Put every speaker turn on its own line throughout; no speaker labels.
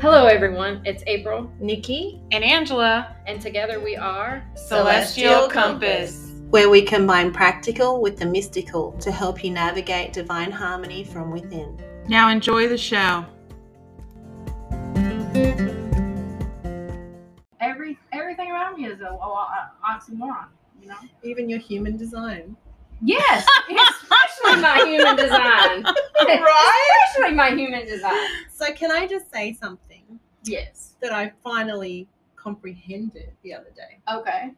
Hello, everyone. It's April,
Nikki,
and Angela,
and together we are.
Celestial Compass.
where we combine practical with the mystical to help you navigate divine harmony from within.
Now enjoy the show.
Every everything around me is a, a, a oxymoron, you know.
Even your human design.
Yes, especially my human design.
Right?
Especially my human design.
So, can I just say something
Yes.
that I finally comprehended the other day?
Okay.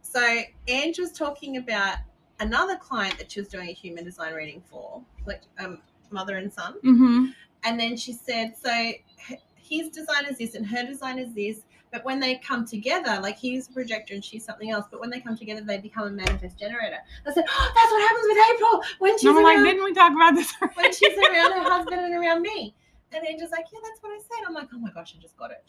So, Ange was talking about another client that she was doing a human design reading for, like um, mother and son.
Mm-hmm.
And then she said, so h- his design is this and her design is this. But when they come together, like he's a projector and she's something else, but when they come together, they become a manifest generator. I said, oh, that's what happens with April when she's,
No, we're like,
around,
didn't we talk about this? already?"
when she's around her husband and around me. And then just like, yeah, that's what I said. I'm like, oh my gosh, I just got it.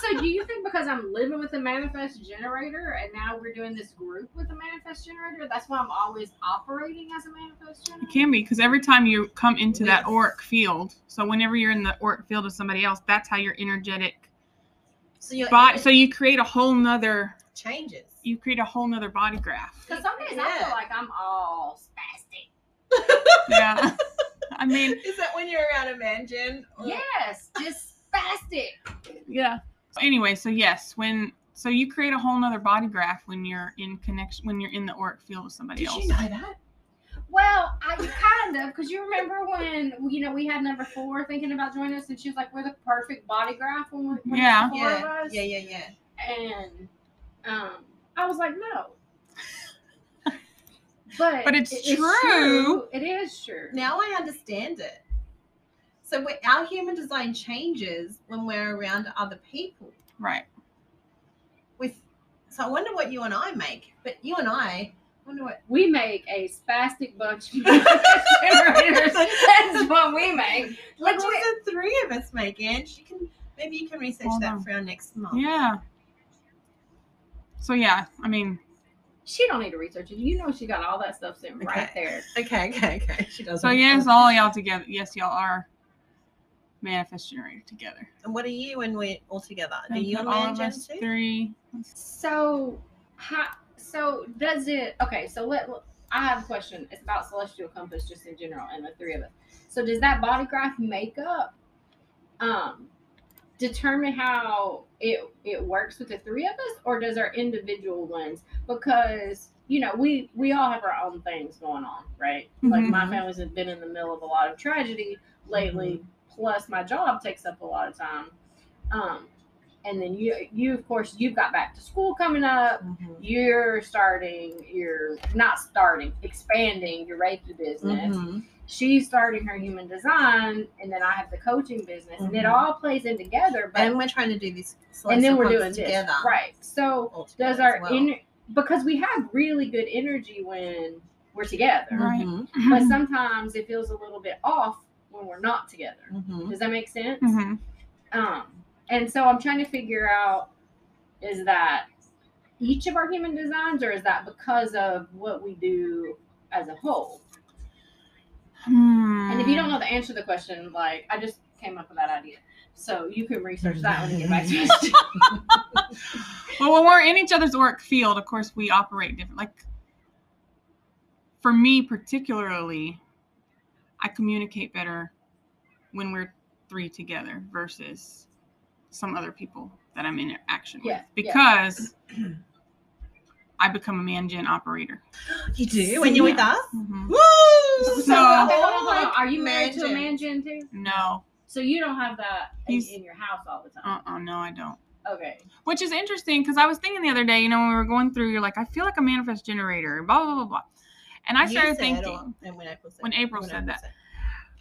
So, do you think because I'm living with a manifest generator and now we're doing this group with a manifest generator, that's why I'm always operating as a manifest
It
generator?
can be because every time you come into that
Yes.
auric field, so whenever you're in the auric field of somebody else, that's how your energetic
So your
body. So you create a whole nother.
changes.
You create a whole nother body graph.
Because some days I feel
Yeah.
like I'm all spastic.
Yeah. I mean,
Is that when you're around a man, Jen?
Yes, just spastic.
yeah. So anyway, so yes, when so you create a whole nother body graph when you're in connection when you're in the auric field with somebody
Did
else.
you know that?
Well, I kind of because you remember when you know we had number four thinking about joining us, and she was like, "We're the perfect body graph when, we- when it's
Yeah.
the four of
Yeah,
us."
yeah, yeah, yeah.
And um, I was like, "No." But
But it's
it-
true.
It is true.
Now I understand it. So we- our human design changes when we're around other people.
Right.
With so I wonder what you and I make, but you and I I wonder what
we make a spastic bunch of generators. That's what we make.
like
Like
what
we,
the three of us make, and you can maybe you can research
Hold
that
on.
for our next month.
Yeah. So yeah, I mean,
she don't need to research it. You know she got all that stuff sitting right
Okay.
there.
Okay, okay, okay. She does.
so yes, all y'all together. Yes, y'all are manifest generated together.
And what are you when we're all together? Do
And
you
put
and
all
Mary
of
Jane
us
too?
three.
So, how, so does it? Okay, so let I have a question. It's about celestial compass, just in general, and the three of us. So, does that body graph makeup um, determine how it it works with the three of us, or does our individual ones? Because you know, we we all have our own things going on, right? Like my
Mhm.
family's been in the middle of a lot of tragedy lately. Plus, my job takes up a lot of time. Um, and then you you of course you've got back to school coming up
Mhm.
you're starting you're not starting expanding your reiki business
Mhm.
she's starting her human design and then i have the coaching business and it
Mhm.
all plays in together but
And we're trying to do this.
and then
celestial
we're
compass
doing
together.
this right so
all
does
together
our
as well.
ener- because we have really good energy when we're together
Right.
Mhm,
but sometimes it feels a little bit off when we're not together
mhm.
does that make sense
hmm
Um, and so I'm trying to figure out is that each of our human designs, or is that because of what we do as a whole?
Hmm.
And if you don't know the answer to the question, like I just came up with that idea. So you can research that when you get back to us.
well, when we're in each other's work field, of course, we operate different. Like, for me particularly, I communicate better when we're three together versus some other people that I'm in action with
Yeah, yeah.
because I become a man gen operator.
You do when you're with us.
Mhm.
Woo!
So, okay,
No.
hold on, hold on. Are you married to a man, Jen, too?
No,
So you don't have that in,
He's-
in your house all the time.
uh, uh no, I don't.
okay.
Which is interesting because I was thinking the other day, you know, when we were going through, you're like, I feel like a manifest generator, blah blah blah blah, and I
You
started
said, um,
thinking.
or- and when April said,
when April said that.
said.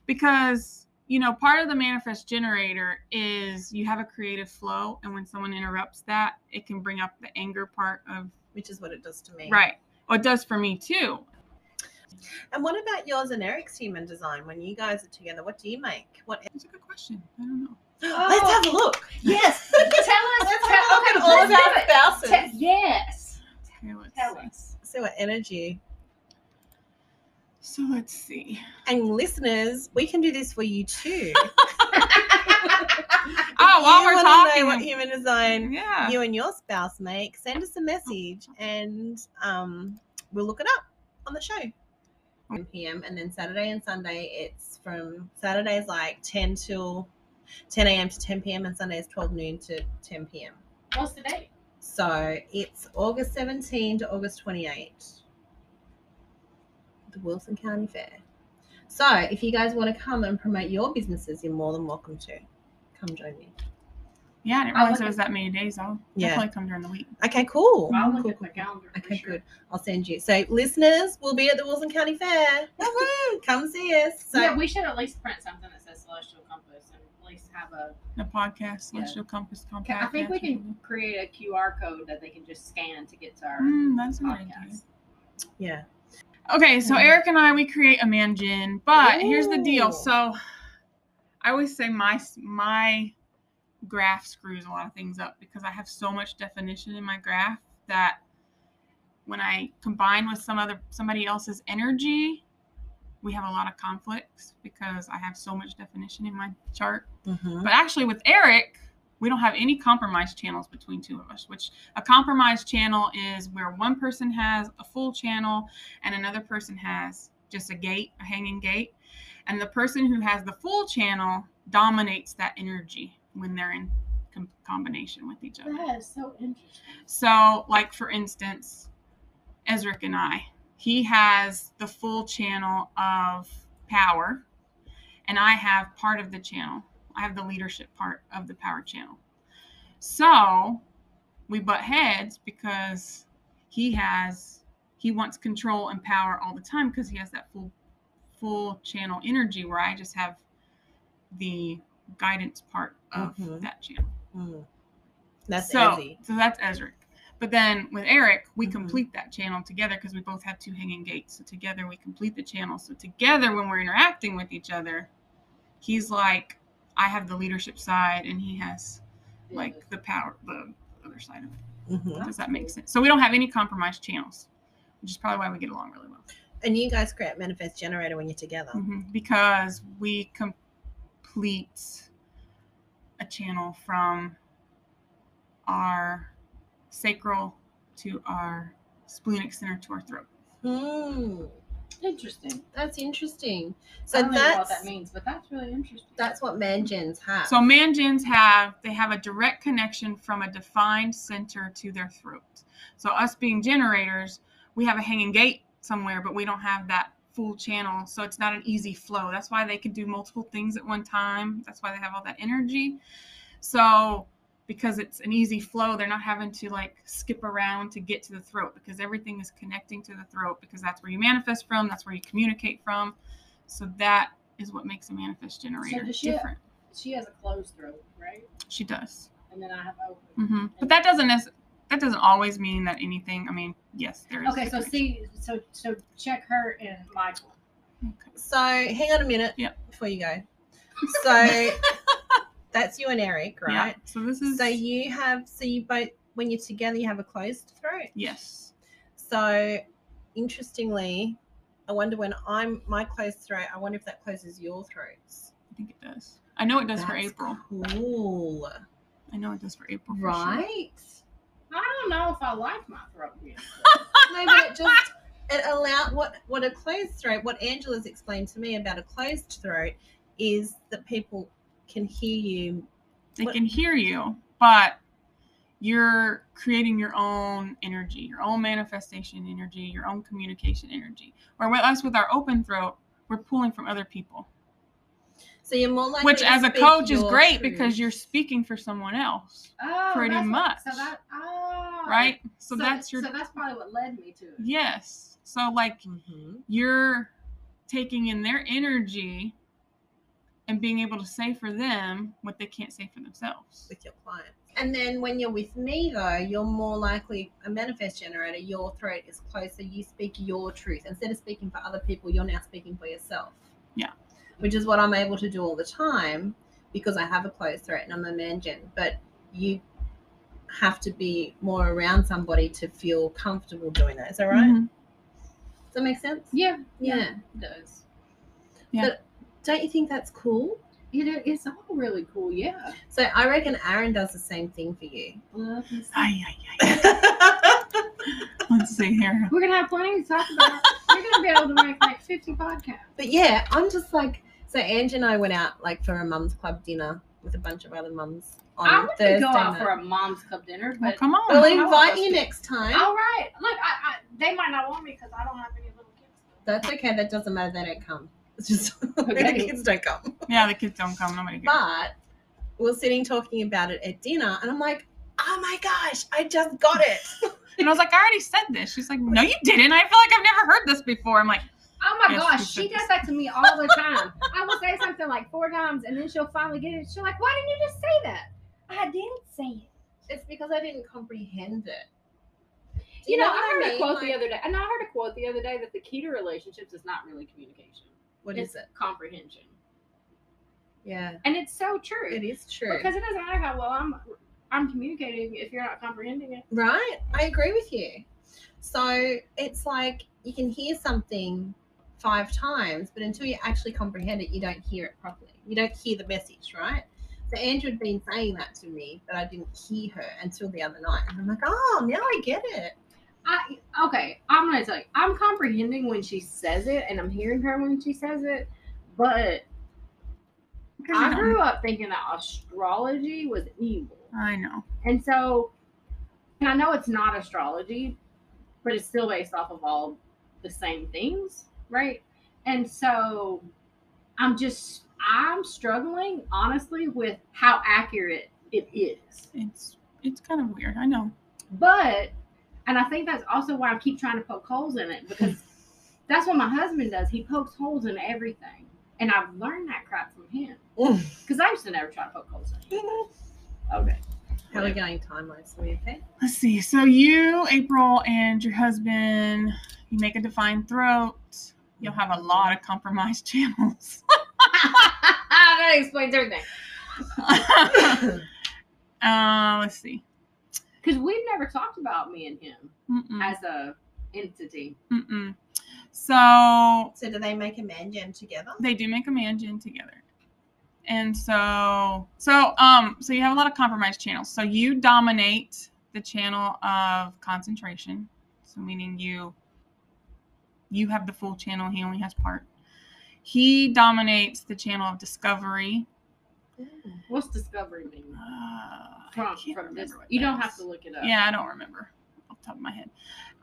because you know part of the manifest generator is you have a creative flow and when someone interrupts that it can bring up the anger part of
which is what it does to me.
right well it does for me too
And what about yours and Eric's human design? When you guys are together, what do you make? What? e-,
it's a good question i don't know
Let's have a look.
Yes. Tell us.
Let's
tell,
have a look
okay,
at all of
let's
our
do it. Te-
spouses.
yes.
okay let's
Tell
see.
us.
See what energy.
so let's see
And listeners, we can do this for you too.
Yeah, Oh, while
you
we're
wanna know
talking.
what human design
yeah.
you and your spouse make, send us a message and um, we'll look it up on the show. 1 p.m. and then Saturday and Sunday it's from Saturday's like 10 till 10 a.m. to 10 p.m. and Sunday's 12 noon to 10 p.m.
What's the date?
So it's August 17 to August 28. The Wilson County Fair. So if you guys want to come and promote your businesses, you're more than welcome to. Come join me.
Yeah, I didn't
I
realize
look
there
at-
was that many days off.
Yeah.
Definitely come during the week.
Okay, cool.
I'll look
Cool,
at my
cool, cool.
calendar. for
Okay,
sure.
good. I'll send you. So listeners, we'll be at the Wilson County Fair. Woohoo! Come see us. So
yeah, we should at least print something that says celestial compass and at least have a.
The podcast,
Yeah.
Celestial Compass
Ca-
Compact.
I think we
Natural
can create a QR code that they can just scan to get to our
Mm, that's a good idea.
podcast.
yeah.
Okay, so
Mhm.
Eric and I we create a man gin, but here's the
Ooh.
deal. So I always say my s- my graph screws a lot of things up because I have so much definition in my graph that when I combine with some other somebody else's energy, we have a lot of conflicts because I have so much definition in my chart.
Mm-hmm.
But actually, with Eric, we don't have any compromise channels between two of us, which a compromise channel is where one person has a full channel and another person has just a gate, a hanging gate. And the person who has the full channel dominates that energy when they're in com- combination with each other.
That is so interesting.
So, like for instance, Ezric and I, he has the full channel of power, and I have part of the channel. I have the leadership part of the power channel. So we butt heads because he has he wants control and power all the time because he has that full full channel energy where I just have the guidance part of
Mhm.
that channel
That's
so,
easy.
So that's Ezric. But then with Eric, we
Mhm.
complete that channel together because we both have two hanging gates. So together we complete the channel. So together when we're interacting with each other, he's like, I have the leadership side and he has like the power, the other side of it.
Mm-hmm.
Does that make sense? So we don't have any compromised channels, which is probably why we get along really well.
And you guys create manifest generator when you're together.
Mhm, Because we complete a channel from our sacral to our splenic center to our throat.
Hmm.
interesting.
That's interesting.
I
So
don't even know what
that's
that means, but that's really interesting.
that's what mangens have.
So manjins have they have a direct connection from a defined center to their throat. So us being generators, we have a hanging gate somewhere, but we don't have that full channel, so it's not an easy flow. That's why they can do multiple things at one time. That's why they have all that energy. So because it's an easy flow, they're not having to like skip around to get to the throat because everything is connecting to the throat because that's where you manifest from, that's where you communicate from. So that is what makes a manifest generator
does she-
different.
she has a closed throat, right?
She does.
And then I have open.
hmm But that doesn't nec- that doesn't always mean that anything. I mean, yes, there is.
Okay, so
different-
see, so so check her and Michael.
Okay.
So hang on a minute
Yep.
before you go. So that's you and Eric,
Yeah,
right?
So this is
So you have so you both when you're together you have a closed throat.
yes.
So interestingly, I wonder when I'm my closed throat, I wonder if that closes your throats.
I think it does. I know it does for
That's
April.
Cool.
I know it does for April. for sure.
Right?
I don't know if I like my throat yet.
no, but it just it allow what what a closed throat. What Angela's explained to me about a closed throat is that people can hear you.
They
What-
can hear you, but you're creating your own energy, your own manifestation energy, your own communication energy. Where with us with our open throat, we're pulling from other people.
So you're more likely.
Which
to
as a
speak
coach is
your
great
truth.
because you're speaking for someone else,
Oh,
Pretty
that's what- so
much.
that oh,
right? So, that's your
so that's probably what led me to it.
Yes. So like
Mhm.
you're taking in their energy and being able to say for them what they can't say for themselves.
with your client. And then when you're with me though, you're more likely a manifest generator. Your throat is closed, so you speak your truth instead of speaking for other people. You're now speaking for yourself.
Yeah.
which is what I'm able to do all the time because I have a closed throat and I'm a man gen. But you have to be more around somebody to feel comfortable doing that. Is that right?
Mhm.
Does that make sense?
Yeah,
Yeah.
it does.
Yeah.
Don't you think that's cool?
It, it- it's all really cool. Yeah.
So I reckon Aaron does the same thing for you.
Ay, ay, ay. Let's see here.
We're gonna have plenty to talk about. You're gonna be able to make like 50 podcasts.
But yeah, I'm just like so. Angie and I went out like for a mums club dinner with a bunch of other mums on
I want
Thursday
to go out
night.
for a mom's club dinner,
Well,
but
come on.
I'll
I
invite
was.
you next time.
all right. Look, I, I, they might not want me because I don't have any little kids.
That's okay. That doesn't matter. They don't come. It's just the
Okay.
kids don't come.
Yeah, the kids don't come. Nobody cares.
But we are sitting talking about it at dinner, and I'm like, oh my gosh, I just got it.
And I was like, I already said this. She's like, No, you didn't. I feel like I've never heard this before. I'm like,
Oh my
Yes,
gosh,
you
she
said
does
this.
that to me all the time. I will say something like four times, and then she'll finally get it. She's like, "Why didn't you just say that?" I didn't say it.
It's because I didn't comprehend it. Do
You, know,
what
I heard a
mean?
quote the
Like,
other day. I know I heard a quote the other day that the key to relationships is not really communication.
What
it's
is it?
Comprehension,
Yeah,
and it's so true.
it is true.
Because it doesn't matter how well I'm I'm communicating if you're not comprehending it.
Right? I agree with you. So it's like you can hear something five times, but until you actually comprehend it, you don't hear it properly. You don't hear the message, right? So Andrew had been saying that to me, but I didn't hear her until the other night. And I'm like, oh, now I get it.
I okay, I'm gonna tell you, I'm comprehending when she says it and I'm hearing her when she says it, but
"Because you
I
don't
grew up thinking that astrology was evil.
know." I know.
And so and I know it's not astrology, but it's still based off of all the same things, right? And so I'm just I'm struggling honestly with how accurate it is.
It's it's kind of weird. I know.
But, and I think that's also why I keep trying to poke holes in it because that's what my husband does. He pokes holes in everything. And I've learned that crap from him because I used to never try to poke holes in it.
Mm-hmm.
Okay.
How are we going time wise? Are we okay?
Let's see. So you, April, and your husband, you make a defined throat. You'll have a lot of compromised channels.
that explains everything.
uh, let's see.
Because we've never talked about me and him
Mm-mm,
as a entity.
mm-mm. So
so do they make a man jam together?
they do make a man gin together and so so um so you have a lot of compromised channels so you dominate the channel of concentration so meaning you you have the full channel he only has part he dominates the channel of discovery
What's discovery mean?
uh, I
From,
can't
from this,
remember what
you
that
don't
is.
have to look it up.
yeah i don't remember off the top of my head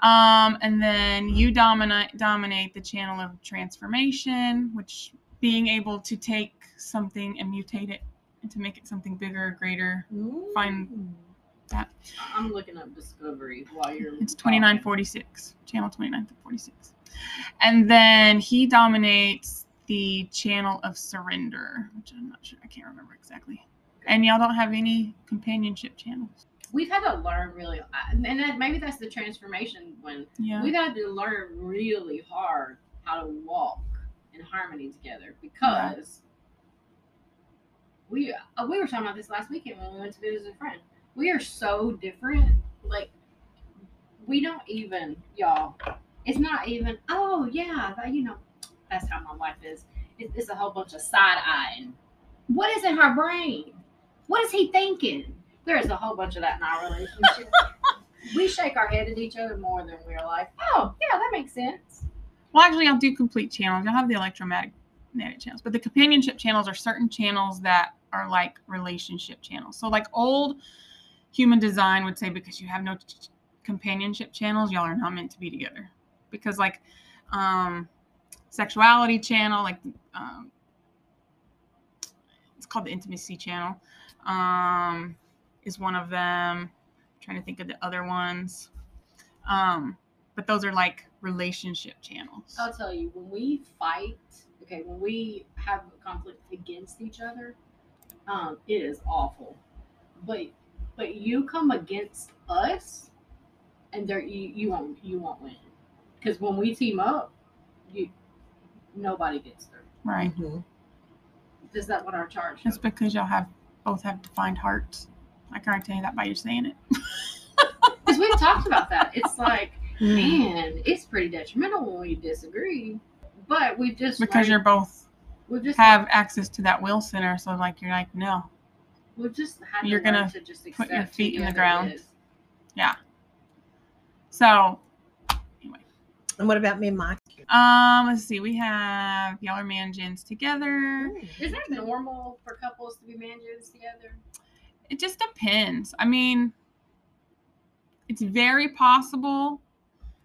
um and then you dominate dominate the channel of transformation which being able to take something and mutate it and to make it something bigger greater Fine.
I'm looking up discovery while you're.
it's
talking.
2946 channel 2946 and then he dominates the channel of surrender which i'm not sure i can't remember exactly and y'all don't have any companionship channels
We've had to learn really, I- and that, maybe that's the transformation when
yeah
We've had to learn really hard how to walk in harmony together because we uh, we were talking about this last weekend when we went to visit a friend. We are so different. Like we don't even y'all. It's not even. Oh yeah, that, you know that's how my wife is. It, it's a whole bunch of side eyeing. What is in her brain? What is he thinking? There is a whole bunch of that in our relationship we shake our head at each other more than we're like, oh yeah, that makes sense.
Well, actually, I'll do complete channels. I'll have the electromagnetic channels, but the companionship channels are certain channels that are like relationship channels. So, like old human design would say, because you have no t- t- companionship channels, y'all are not meant to be together. Because like um, sexuality channel, like um, it's called the intimacy channel, um, is one of them. trying to think of the other ones. Um, but those are like relationship channels.
I'll tell you, when we fight, okay, when we have conflict against each other, um, it is awful. But but you come against us, and there you, you won't you won't win because when we team up, you nobody gets through.
Right.
Mm-hmm.
Is that what our charge?
Just because y'all have both have defined hearts. I can already tell you that by you saying it.
Because we've talked about that. It's like, man, it's pretty detrimental when we disagree. But we just
Because
learned-
you're both
We'll just
have access to that will center. So like you're like, no.
We'll just have
You're
to learn
gonna
to just
put your
accept who
feet in
you
the
are
ground.
is.
So
And what about me and Mark?
um let's see, we have y'all are mansions together.
Is that normal for couples to be managers together?
It just depends. I mean, it's very possible.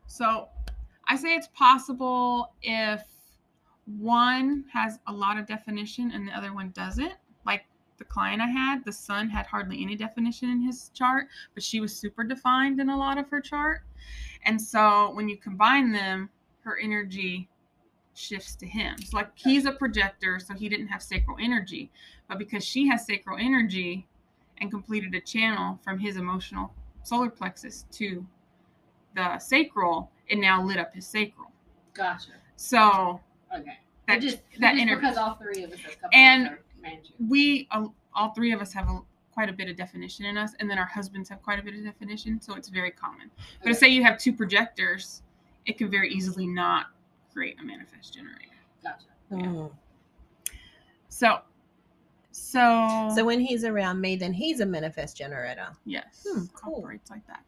So I say it's possible if one has a lot of definition and the other one doesn't. Like the client I had, the son had hardly any definition in his chart, but she was super defined in a lot of her chart. And so when you combine them, her energy shifts to him. So like he's a projector, so he didn't have sacral energy. But because she has sacral energy, and completed a channel from his emotional solar plexus to the sacral, it now lit up his sacral.
Gotcha.
So
Okay.
that
But just
that
just
inter-
because all three of us as couples
And-
are managers.
we uh, all three of us have a, quite a bit of definition in us, and then our husbands have quite a bit of definition, so it's very common. But
Okay.
say you have two projectors, it could very easily not create a manifest generator.
Gotcha.
Mm.
So, so,
So when he's around me, then he's a manifest generator.
yes,
Hmm, cool.
operates like that.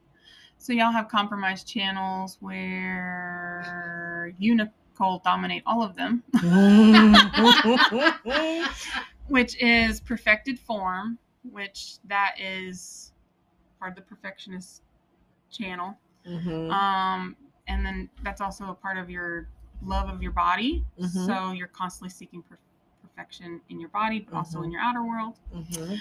So y'all have compromised channels where you Nicole dominate all of them.
Mm-hmm.
which is perfected form, which that is part of the perfectionist channel.
Mhm.
Um, and then that's also a part of your love of your body.
Mhm.
So you're constantly seeking per- perfection in your body, but also
Mm-hmm.
in your outer world.
Mhm.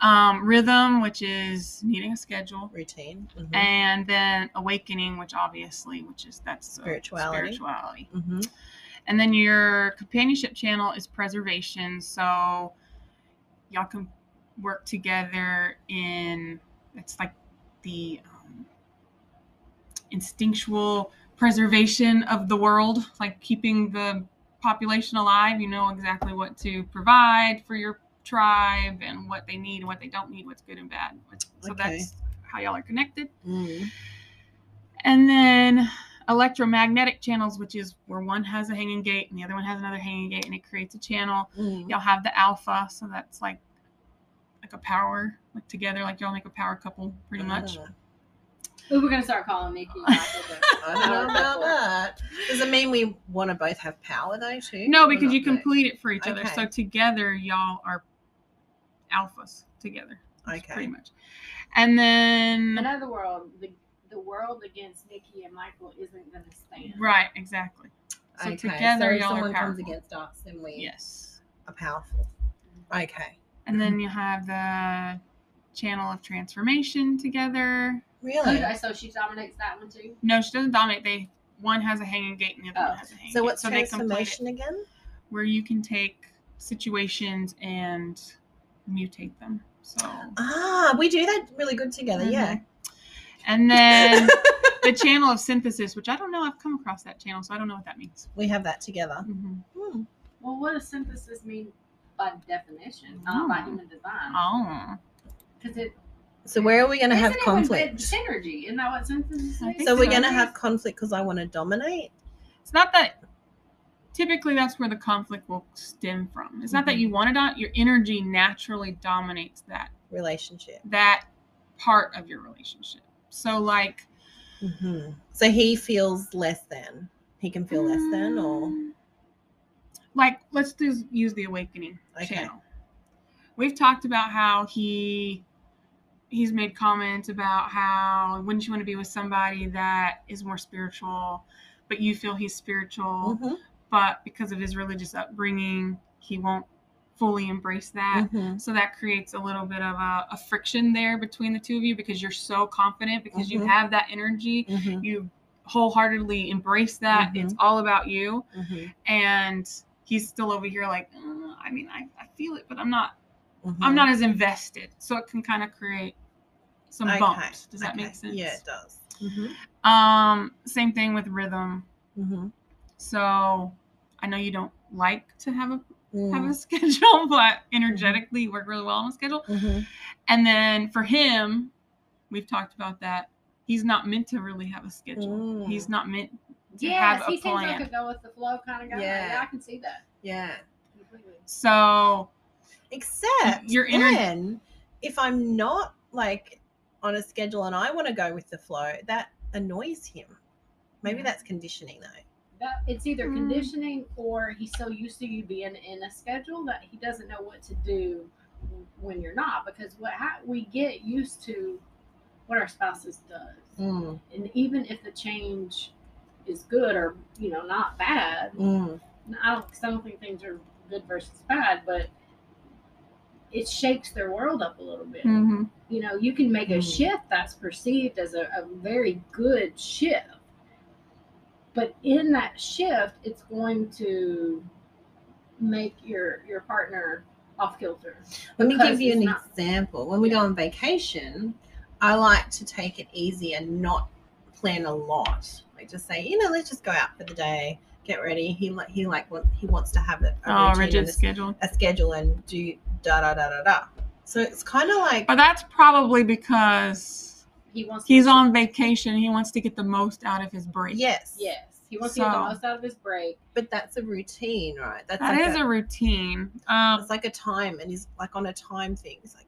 Um, rhythm, which is needing a schedule.
Routine. Mhm.
And then awakening, which obviously, which is that's uh,
Spirituality.
Spirituality.
Mhm.
And then your companionship channel is preservation. So y'all can work together in it's like the um, instinctual preservation of the world, like keeping the population alive. You know exactly what to provide for your tribe and what they need and what they don't need, what's good and bad. So
Okay.
that's how y'all are connected.
Mm.
And then electromagnetic channels, which is where one has a hanging gate and the other one has another hanging gate, and it creates a channel.
Mm.
Y'all have the alpha, so that's like like a power, like together, like y'all make a power couple pretty much.
Uh,
Ooh, we're gonna start calling Nikki. and Michael the
I don't know about that. Does it mean we want to both have power though too?
No,
Or
because you
not both?
complete it for each other. So
Okay.
together, y'all are alphas together. That's
Okay.
Pretty much. And then
In other world, the the world against Nikki and Michael isn't gonna stand.
right, exactly. So
Okay,
together,
if
y'all are
someone comes
powerful.
against us, then we
Yes.
are powerful. Okay.
And then you have the channel of transformation together.
Really?
Okay, So she dominates that one too.
No, she doesn't dominate. They one has a hanging gate and the other
Oh.
one has a hanging
So
gate.
what's
they complete it
transformation again?
where you can take situations and mutate them. So
Ah, we do that really good together. Oh, Yeah.
Mhm. And then the channel of synthesis, which I don't know, I've come across that channel, so I don't know what that means.
We have that together.
Mhm.
Hmm.
Well, what does synthesis mean by definition? Not by
Mm.
human design.
Oh,
Because it
So where are we going to have
isn't even with
conflict?
Synergy, isn't that what synthesis
I
is?
think
So we're
so.
going to have conflict because I want to dominate.
it's not that. Typically, that's where the conflict will stem from. It's not
Mm-hmm.
that you want to dom Your energy naturally dominates that
relationship.
that part of your relationship. So, like,
Mm-hmm. So he feels less than. He can feel less than, or
Mm. like let's just use the awakening
Okay.
channel we've talked about how he he's made comments about how wouldn't you want to be with somebody that is more spiritual but you feel he's spiritual
Mhm,
but because of his religious upbringing he won't fully embrace that
mhm,
so that creates a little bit of a, a friction there between the two of you because you're so confident because you
Mhm.
have that energy
mhm,
you wholeheartedly embrace that
Mm-hmm.
it's all about you
mhm,
and he's still over here like "Uh, i mean I, I feel it but i'm not i'm
mhm.
not as invested so it can kind of create some
Okay,
bumps does that
okay.
make sense
Yeah, it does. Mhm,
um same thing with rhythm
mhm,
so i know you don't like to have a have
mm, Mm-hmm.
a schedule but energetically you work really well on a schedule
mhm.
and then for him we've talked about that he's not meant to really have a schedule
Mm.
he's not meant to
Yes,
have a
he seems
plan
like a go with the flow kind of guy. Yeah,
Yeah.
I can see that.
Yeah.
So
Except
Your inner-
then, if I'm not like on a schedule and I want to go with the flow, that annoys him. Maybe
Yeah.
that's conditioning though.
That, it's either
Mm.
conditioning or he's so used to you being in a schedule that he doesn't know what to do when you're not. Because what ha- we get used to what our spouses
Hmm.
does,
Mm.
and even if the change is good or you know not bad,
Mm.
I don't, 'cause I don't think things are good versus bad, but it shakes their world up a little bit.
mhm.
You know, you can make a
Mm.
shift that's perceived as a, a very good shift, but in that shift, it's going to make your your partner off kilter.
Let me
Because
give you
it's
an
not-
example. When we go on vacation, I like to take it easy and not plan a lot. Like just say, you know, let's just go out for the day, get ready. He like he like want, he wants to have it a,
Oh,
routine
rigid
and
schedule.
a, a schedule and do da da da da da. So it's kind of like
But that's probably because
He wants.
he's on vacation. He wants to get the most out of his break.
yes,
Yes, he wants to get the
So-
most out of his break.
but that's a routine, right? That's
That
like
is
a,
a routine. Um,
it's like a time, and he's like on a time thing. He's like,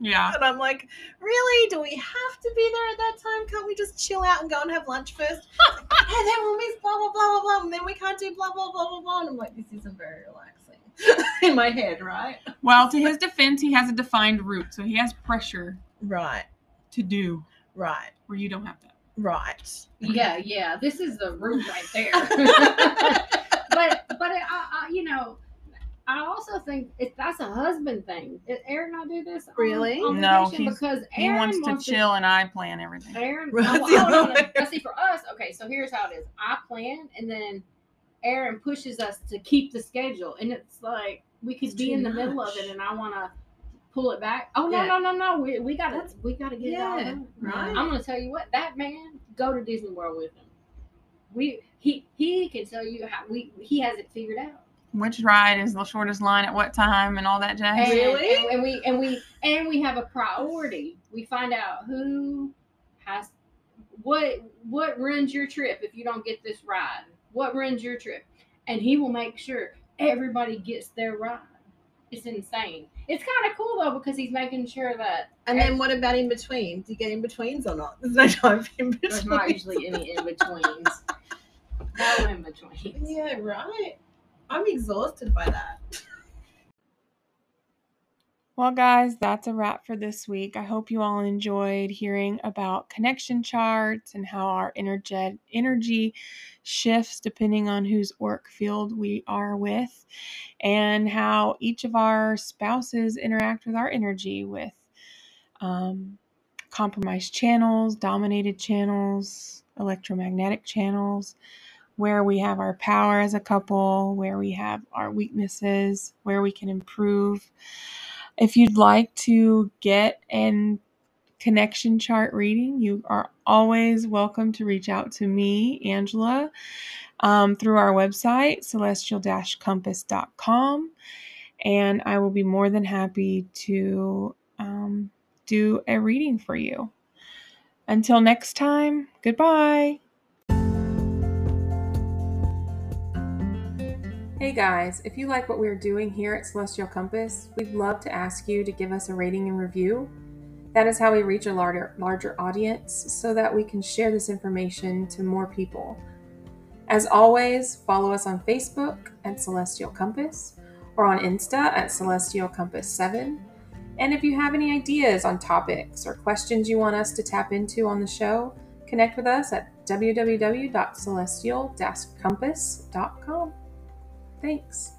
yeah.
and I'm like, really? Do we have to be there at that time? Can't we just chill out and go and have lunch first? and then we'll miss blah blah blah blah blah, and then we can't do blah blah blah blah blah. And I'm like, this isn't very relaxing in my head, right?
Well, to his defense, he has a defined route, so he has pressure
Right,
to do
right,
where you don't have that.
right.
Yeah, yeah. This is the root right there.
yeah,
but but it, I, I, you know, I also think it, that's a husband thing. Did Aaron not do this? on-
Really?
on
No,
vacation?
he's-
because
He
Aaron
wants to chill, and I plan everything.
Aaron,
Right,
oh,
it's the
oh, no,
other
no.
way.
Now, see for us. Okay, so here's how it is. I plan, and then Aaron pushes us to keep the schedule, and it's like we could
It's
be
too
in the middle of
much.
it, and I want to pull it back. Oh no,
Yeah.
no, no, no. We we gotta
That's-
we gotta get it all done.
right.
I'm gonna tell you what that man go to Disney World with him. We he he can tell you how we he has it figured out.
Which ride is the shortest line at what time, and all that jazz.
And,
Really?
And, and we and we and we have a priority. We find out who has what what runs your trip if you don't get this ride. What runs your trip? And he will make sure everybody gets their ride. It's insane. It's kind of cool though because he's making sure that
And then what about in between? Do you get in betweens or not? There's no time for in
there's not
between.
usually any in betweens. No in betweens.
Yeah, right. I'm exhausted by that.
Well, guys, that's a wrap for this week. I hope you all enjoyed hearing about connection charts and how our energe- energy shifts depending on whose orc field we are with, and how each of our spouses interact with our energy with um, compromised channels, dominated channels, electromagnetic channels, where we have our power as a couple, where we have our weaknesses, where we can improve. If you'd like to get an connection chart reading, you are always welcome to reach out to me, Angela, um, through our website, celestial compass.com. And I will be more than happy to um, do a reading for you. Until next time, goodbye. Hey guys, if you like what we're doing here at Celestial Compass, we'd love to ask you to give us a rating and review. That is how we reach a larger, larger audience so that we can share this information to more people. As always, follow us on Facebook at Celestial Compass or on Insta at Celestial Compass 7. And if you have any ideas on topics or questions you want us to tap into on the show, connect with us at www.celestial-compass.com. Thanks.